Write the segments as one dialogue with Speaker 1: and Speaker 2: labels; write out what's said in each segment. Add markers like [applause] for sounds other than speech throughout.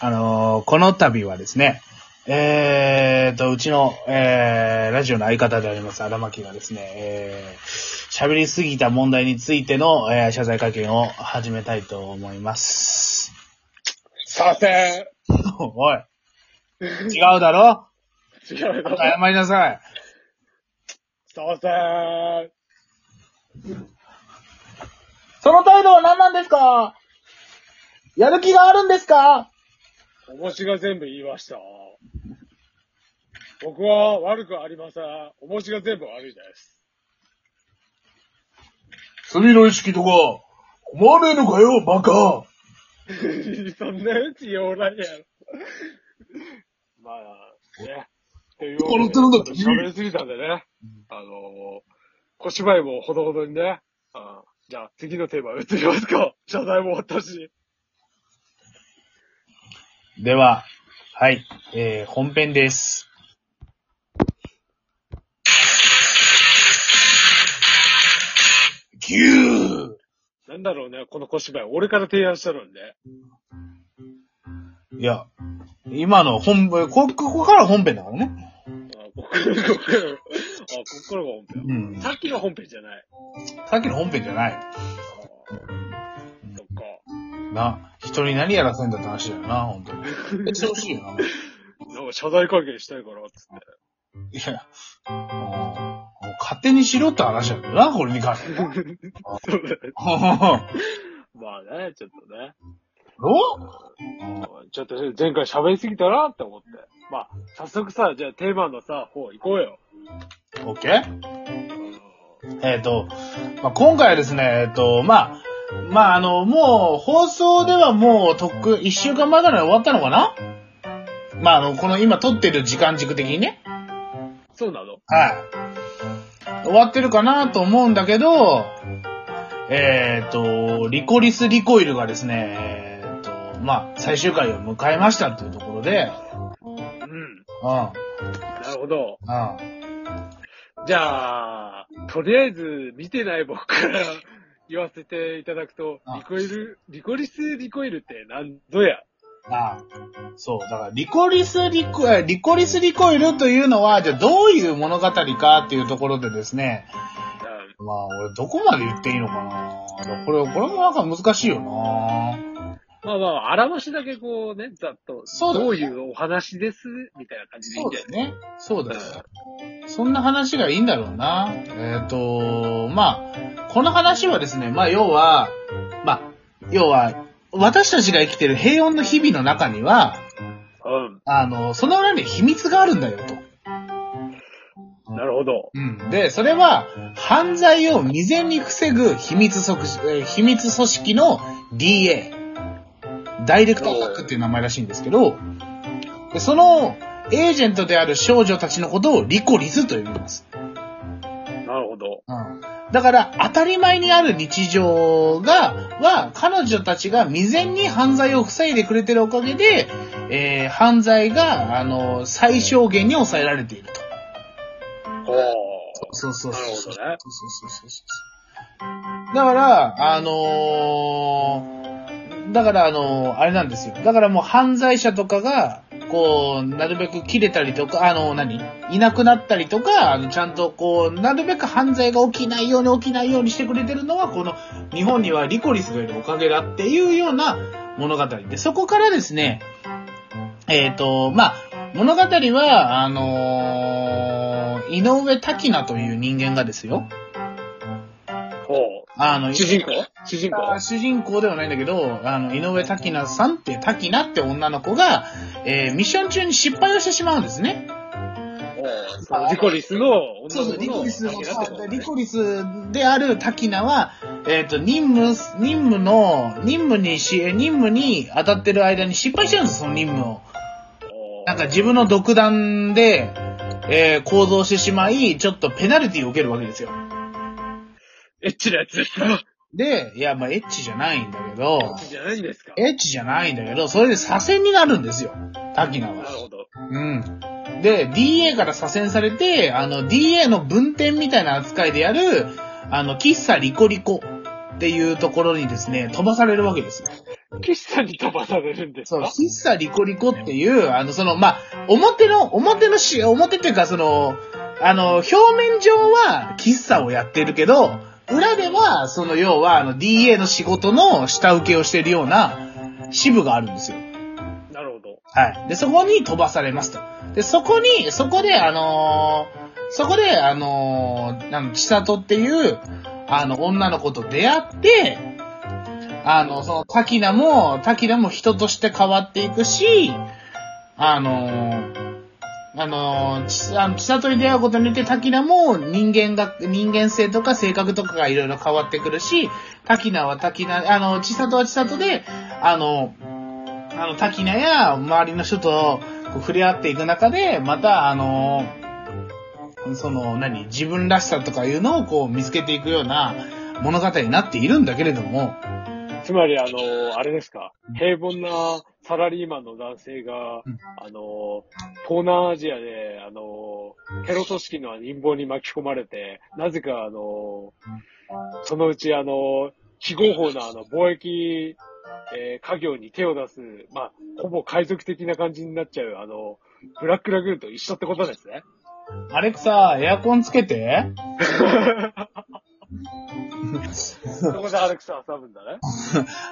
Speaker 1: あのーこの度はですね、えーと、うちの、えー、ラジオの相方であります、荒牧がですね、えー、喋りすぎた問題についての、えー謝罪会見を始めたいと思います。
Speaker 2: さて、
Speaker 1: おい。違うだろ
Speaker 2: 違うの
Speaker 1: 謝りなさい。
Speaker 2: さて、
Speaker 3: その態度は何なんですかやる気があるんですか
Speaker 2: おもしが全部言いました。僕は悪くありません。おもしが全部悪いです。
Speaker 1: 罪の意識とか、思わねえのかよ、バカ。
Speaker 2: [laughs] そんなうちおらんやろ。まあ、ね。っていう
Speaker 1: 笑
Speaker 2: わけで
Speaker 1: ってるんだって
Speaker 2: 喋りすぎたんでね。あのー、小芝居もほどほどにね。あじゃあ次のテーマ移りますか。 [laughs] 謝罪も終わったし。
Speaker 1: では、はい、えー、本編です。ぎゅー
Speaker 2: なんだろうね、この小芝居。俺から提案したのにね。
Speaker 1: いや、今の本部、こ、ここから本編だからね。
Speaker 2: あ、こっから、こっから。あ、こっからが本編。
Speaker 1: うん。
Speaker 2: さっきの本編じゃない。
Speaker 1: さっきの本編じゃない。
Speaker 2: あーそっか。
Speaker 1: な、人に何やらせんだって話だよな、本当に。え、してほしいよな。い
Speaker 2: なんか謝罪会見したいから、つって。
Speaker 1: や、もう、もう勝手にしろって話なんだよな、これに関しては。 [laughs]
Speaker 2: そうだね。
Speaker 1: ど
Speaker 2: [laughs] まあね、ちょっとね。
Speaker 1: う
Speaker 2: ちょっと前回喋りすぎたなって思って。まあ、早速さ、じゃあテーマのさ、方行こうよ。
Speaker 1: オッケーえっ、と、まあ、今回はですね、えっ、と、まあ、まあ、あの、もう、放送ではもう、とっく、一週間前ぐらい終わったのかなまあ、あの、この今撮ってる時間軸的にね。
Speaker 2: そうなの
Speaker 1: はい。終わってるかなと思うんだけど、えっ、と、リコリス・リコイルがですね、えっ、と、まあ、最終回を迎えましたっていうところで、
Speaker 2: うん。
Speaker 1: うん、うん。
Speaker 2: なるほど。じゃあ、とりあえず見てない僕から言わせていただくと、
Speaker 1: あ
Speaker 2: リコイル、リコリスリコイルって何ぞや。
Speaker 1: ああそう。だから、リコリスリコ、えリコリスリコイルというのは、じゃあどういう物語かっていうところでですね、
Speaker 2: うん
Speaker 1: まあ、俺どこまで言っていいのかなだからこれ、これもなんか難しいよな
Speaker 2: まあまあ、表しだけこうね、ざっと、
Speaker 1: そうだね
Speaker 2: どういうお話です、みたいな感じでいい
Speaker 1: そ
Speaker 2: ん
Speaker 1: う
Speaker 2: じゃ
Speaker 1: だ
Speaker 2: ない
Speaker 1: よね。そうだよ。そんな話がいいんだろうな。えっ、と、まあ、この話はですね、まあ、要は、まあ、要は、私たちが生きてる平穏の日々の中には、
Speaker 2: う
Speaker 1: あの、その裏に秘密があるんだよ、と。
Speaker 2: ん。なるほど。
Speaker 1: うん。で、それは、犯罪を未然に防ぐ秘密組織、えー秘密組織の DA。ダイレクトアタックっていう名前らしいんですけど、でその、エージェントである少女たちのことをリコリスと呼びます。
Speaker 2: なるほど。
Speaker 1: うん。だから、当たり前にある日常が、は、彼女たちが未然に犯罪を防いでくれてるおかげで、えー犯罪が、あの、最小限に抑えられていると。
Speaker 2: おー。
Speaker 1: そうそう
Speaker 2: なる
Speaker 1: そう
Speaker 2: ほ。どね。
Speaker 1: そうそうそうそうそう。だから、あのーだからあのーあれなんですよ。だからもう犯罪者とかが、こう、なるべく切れたりとか、あの何いなくなったりとか、あの、ちゃんとこう、なるべく犯罪が起きないように起きないようにしてくれてるのは、この、日本にはリコリスがいるおかげだっていうような物語で、そこからですね、えっ、と、まあ、物語は、あのー井上滝菜という人間がですよ、
Speaker 2: お
Speaker 1: あの、
Speaker 2: 主人公主人公
Speaker 1: 主人公ではないんだけど、あの、井上滝菜さんって、滝菜って女の子が、えーミッション中に失敗をしてしまうんですね。
Speaker 2: おそのリコリスの女の子の
Speaker 1: そうそう、リコリスの
Speaker 2: だけだってことね
Speaker 1: リコリスである滝菜は、えっ、と、任務、任務の、任務にし、任務に当たってる間に失敗しちゃうんです、その任務を。
Speaker 2: お
Speaker 1: なんか自分の独断で、えー行動してしまい、ちょっとペナルティを受けるわけですよ。
Speaker 2: エッチなやつですか
Speaker 1: で、いや、まあエッチじゃないんだけど、
Speaker 2: エッ [laughs] チじゃないんですか
Speaker 1: エッチじゃないんだけど、それで左遷になるんですよ。滝菜
Speaker 2: な
Speaker 1: は
Speaker 2: る。ほど。
Speaker 1: うん。で、DA から左遷されて、あの、DA の分店みたいな扱いでやる、あの、喫茶リコリコっていうところにですね、飛ばされるわけですよ。
Speaker 2: 岸さんに飛ばされるんです
Speaker 1: そう、
Speaker 2: か
Speaker 1: 喫茶リコリコっていう、あの、その、まあ、表の、表のし、表っていうか、その、あの、表面上は喫茶をやってるけど、裏では、その、要は、あの、DA の仕事の下請けをしてるような支部があるんですよ。
Speaker 2: なるほど。
Speaker 1: はい。で、そこに飛ばされますと。で、そこに、そこで、あのーそこで、あのーあの、千里っていう、あの、女の子と出会って、あの、その、滝名も、滝名も人として変わっていくし、あのーあのー、ちあの千里に出会うことによって、滝名も人間が、人間性とか性格とかがいろいろ変わってくるし、滝名は滝名、あの、千里は千里で、あの、あの、滝名や周りの人とこう触れ合っていく中で、また、あの、その、何、自分らしさとかいうのをこう見つけていくような物語になっているんだけれども、
Speaker 2: つまり、あの、あれですか、平凡なサラリーマンの男性が
Speaker 1: うん、
Speaker 2: あの、東南アジアで、あの、テロ組織の陰謀に巻き込まれて、なぜか、あの、そのうち、あの、非合法な、あの、貿易、えー家業に手を出す、まあ、ほぼ海賊的な感じになっちゃう、あの、ブラックラグーンと一緒ってことです
Speaker 1: [laughs]
Speaker 2: ね。
Speaker 1: アレクサ、エアコンつけて。
Speaker 2: そこでアレクサ挟むんだね。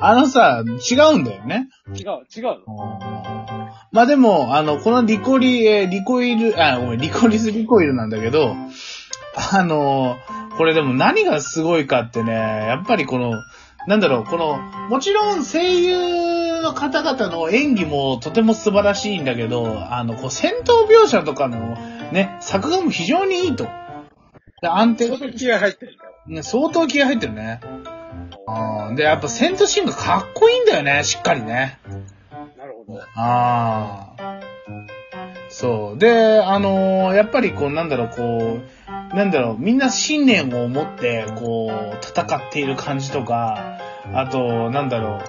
Speaker 1: あのさ、違うんだよね。
Speaker 2: 違う、違うの
Speaker 1: まあでも、あの、このリコリ、えーリコイル、あ、ごめん、リコリスリコイルなんだけど、あのーこれでも何がすごいかってね、やっぱりこの、なんだろう、この、もちろん声優の方々の演技もとても素晴らしいんだけど、あの、こう戦闘描写とかのね、作画も非常にいいと。で安定
Speaker 2: 相当気合入ってるんだよ。
Speaker 1: ね、相当気合入ってるね。あーで、やっぱ戦闘シーンがかっこいいんだよね、しっかりね。
Speaker 2: なるほど。
Speaker 1: ああ。そう。で、あのーやっぱりこう、なんだろう、こう、なんだろう、みんな信念を持って、こう、戦っている感じとか、あと、なんだろ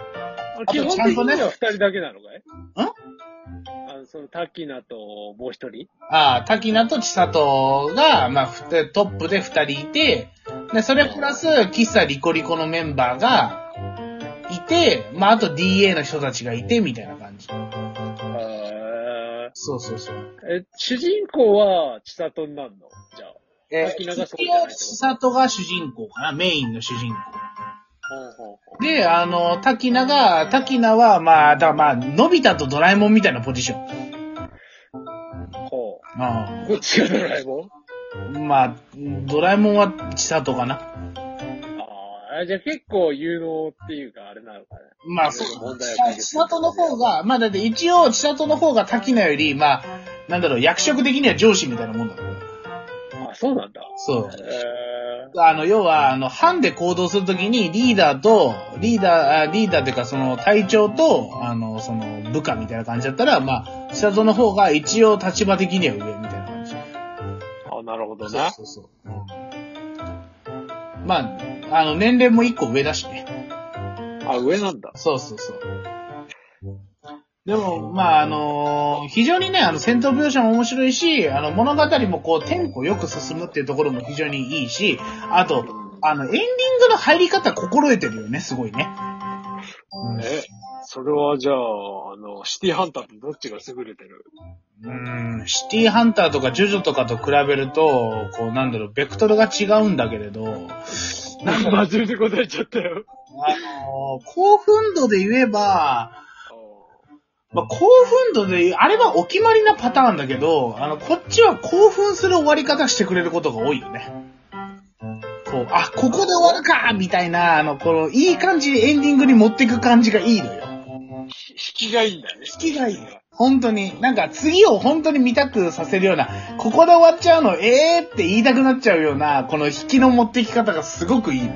Speaker 1: と
Speaker 2: 基本
Speaker 1: ちゃん
Speaker 2: 的
Speaker 1: とね
Speaker 2: には二人だけなのかいあの、その、タキナともう一人
Speaker 1: う、ああ、滝名と千里が、まあ、ふたトップで二人いて、で、それプラス、喫茶リコリコのメンバーが、いて、まあ、あと DA の人たちがいて、みたいな感じ。
Speaker 2: え
Speaker 1: そうそうそう。
Speaker 2: ー、主人公は千里になるのじゃあ。
Speaker 1: え
Speaker 2: 滝名がそう
Speaker 1: 一
Speaker 2: じゃないっ
Speaker 1: 応、
Speaker 2: てこと
Speaker 1: 千里が主人公かな、メインの主人公。
Speaker 2: ほうほうほ
Speaker 1: で、あの、滝名が、滝名は、まあ、だまあ、のび太とドラえもんみたいなポジション。
Speaker 2: う。ほ
Speaker 1: あ
Speaker 2: う。こっちがドラえもん
Speaker 1: まあ、ドラえもんは千里かな。
Speaker 2: ああ、じゃあ結構有能っていうか、あれなのかね。
Speaker 1: まあ、
Speaker 2: そ
Speaker 1: そうう。
Speaker 2: 問題を解決す
Speaker 1: 千
Speaker 2: る
Speaker 1: 里の方が、まあ、だって一応、千里の方が滝名より、まあ、なんだろう、役職的には上司みたいなもんだから。
Speaker 2: あ、そうなんだ。
Speaker 1: そう
Speaker 2: え。ー、
Speaker 1: あの、要は、あの、班で行動するときに、リーダーと、リーダー、あリーダーっていうか、その、隊長と、あの、その、部下みたいな感じだったら、まあ、千里の方が一応立場的には上みたいな感じ。
Speaker 2: あなるほどな。
Speaker 1: そうそうそう。まあ、あの、年齢も一個上だしね。
Speaker 2: あ、上なんだ。
Speaker 1: そうそうそう。でも、まあ、あの非常にね、あの、戦闘描写も面白いし、あの、物語もこう、テンポよく進むっていうところも非常にいいし、あと、あの、エンディングの入り方心得てるよね、すごいね。うん
Speaker 2: え、それはじゃあ、あの、シティハンターとどっちが優れて [laughs] る
Speaker 1: うん、シティーハンターとかジョジョとかと比べると、こう、なんだろう、ベクトルが違うんだけれど、なんだろう
Speaker 2: 真面目に答えちゃったよ。
Speaker 1: あの興奮度で言えば、まあ、興奮度で、あれはお決まりなパターンだけど、あの、こっちは興奮する終わり方してくれることが多いよね。こう、あ、ここで終わるかみたいな、あの、この、いい感じにエンディングに持っていく感じがいいのよ。
Speaker 2: 引きがいいんだね。
Speaker 1: 引きがいいよ。本当に。なんか、次を本当に見たくさせるような、ここで終わっちゃうの、ええー、って言いたくなっちゃうような、この引きの持ってき方がすごくいいのよ。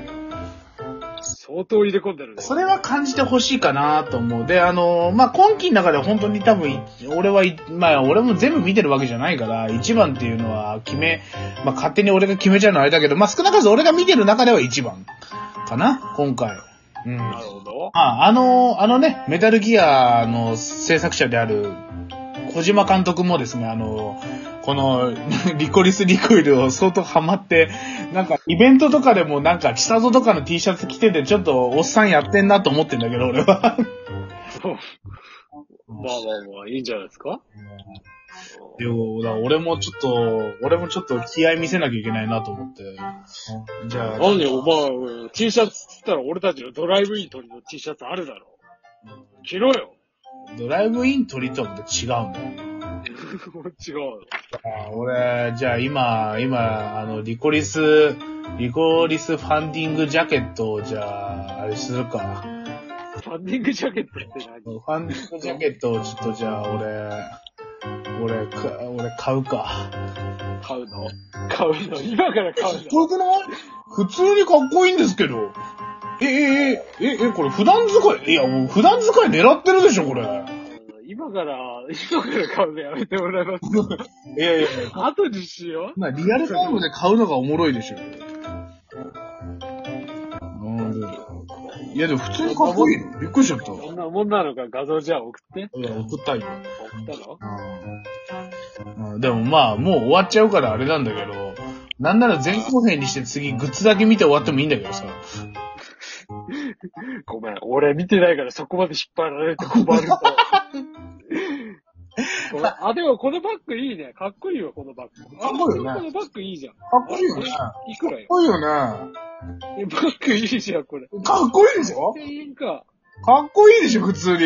Speaker 2: 相当入れ込んでるね。
Speaker 1: それは感じてほしいかなと思う。で、あの、まあ、今期の中で本当に多分い、俺はい、まあ、俺も全部見てるわけじゃないから、一番っていうのは決め、まあ、勝手に俺が決めちゃうのはあれだけど、まあ、少なからず俺が見てる中では一番かな、今回。うん。
Speaker 2: なるほど。
Speaker 1: あ、あの、あのね、メタルギアの制作者である、小島監督もですね、あの、この、 [laughs] リコリスリコイルを相当ハマって、なんか、イベントとかでもなんか、千里とかの T シャツ着てて、ちょっと、おっさんやってんなと思ってんだけど、俺は。
Speaker 2: まあまあまあ、いいんじゃないですか
Speaker 1: いやだから俺もちょっと、俺もちょっと気合見せなきゃいけないなと思って。じゃあ、
Speaker 2: 何お前、T シャツっつったら俺たちのドライブイン取りの T シャツあるだろ。着ろよ。 [laughs]
Speaker 1: ドライブイン取りとはまた違うんだよ。
Speaker 2: 違うよ。
Speaker 1: あ俺、じゃあ今、今、あの、リコリス、リコリスファンディングジャケットを、じゃあ、あれするか。
Speaker 2: ファンディングジャケットって
Speaker 1: ファンディングジャケットを、ちょっとじゃあ、俺、俺、か俺買うか。
Speaker 2: 何買うの買うの今から買うの
Speaker 1: こくない普通にかっこいいんですけど。え、え、え、え、え、これ普段使い、いや、もう普段使い狙ってるでしょ、これ。いや
Speaker 2: 今から、今から買うのやめてもらい [laughs] ま
Speaker 1: い
Speaker 2: す。
Speaker 1: や、
Speaker 2: 後にしよう。
Speaker 1: まあ、リアルタイムで買うのがおもろいでしょ。いや、でも普通にかっこいいの。びっくりしちゃった。
Speaker 2: こんなもんなのか画像じゃあ送って。
Speaker 1: いや、送ったよ。
Speaker 2: 送ったの
Speaker 1: うん、でもまあ、もう終わっちゃうからあれなんだけど、なんなら前後編にして次グッズだけ見て終わってもいいんだけどさ。
Speaker 2: ごめん、俺見てないからそこまで引っ張られると困
Speaker 1: [laughs]
Speaker 2: るんだこれあ、でもこのバッグいいね。かっこいいわ、このバッグ。
Speaker 1: かっこいいよね
Speaker 2: このバッグいいじゃん。
Speaker 1: かっこいいよね。か
Speaker 2: いくら
Speaker 1: っ
Speaker 2: よ。
Speaker 1: こいいよね。
Speaker 2: え、バッグいいじゃん、これ。
Speaker 1: かっこいいでしょ
Speaker 2: 1000円か。
Speaker 1: かっこいいでしょ、普通に。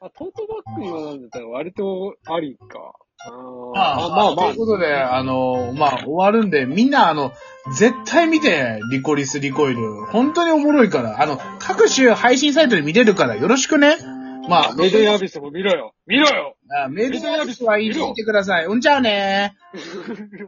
Speaker 2: あ、トートバッグ今なんだったら割とありか。あー
Speaker 1: ああ、
Speaker 2: ま
Speaker 1: ま
Speaker 2: あ
Speaker 1: あ
Speaker 2: ま
Speaker 1: まあ。
Speaker 2: あ
Speaker 1: ということで、あの、まあ、終わるんで、みんな、あの、絶対見て、リコリス、リコイル。本当におもろいから、あの、各種配信サイトで見れるから、よろしくね。まあ、
Speaker 2: メイドインアビスも見ろよ。見ろよ
Speaker 1: あメールサービスはいいの見てください。うんじゃあねー。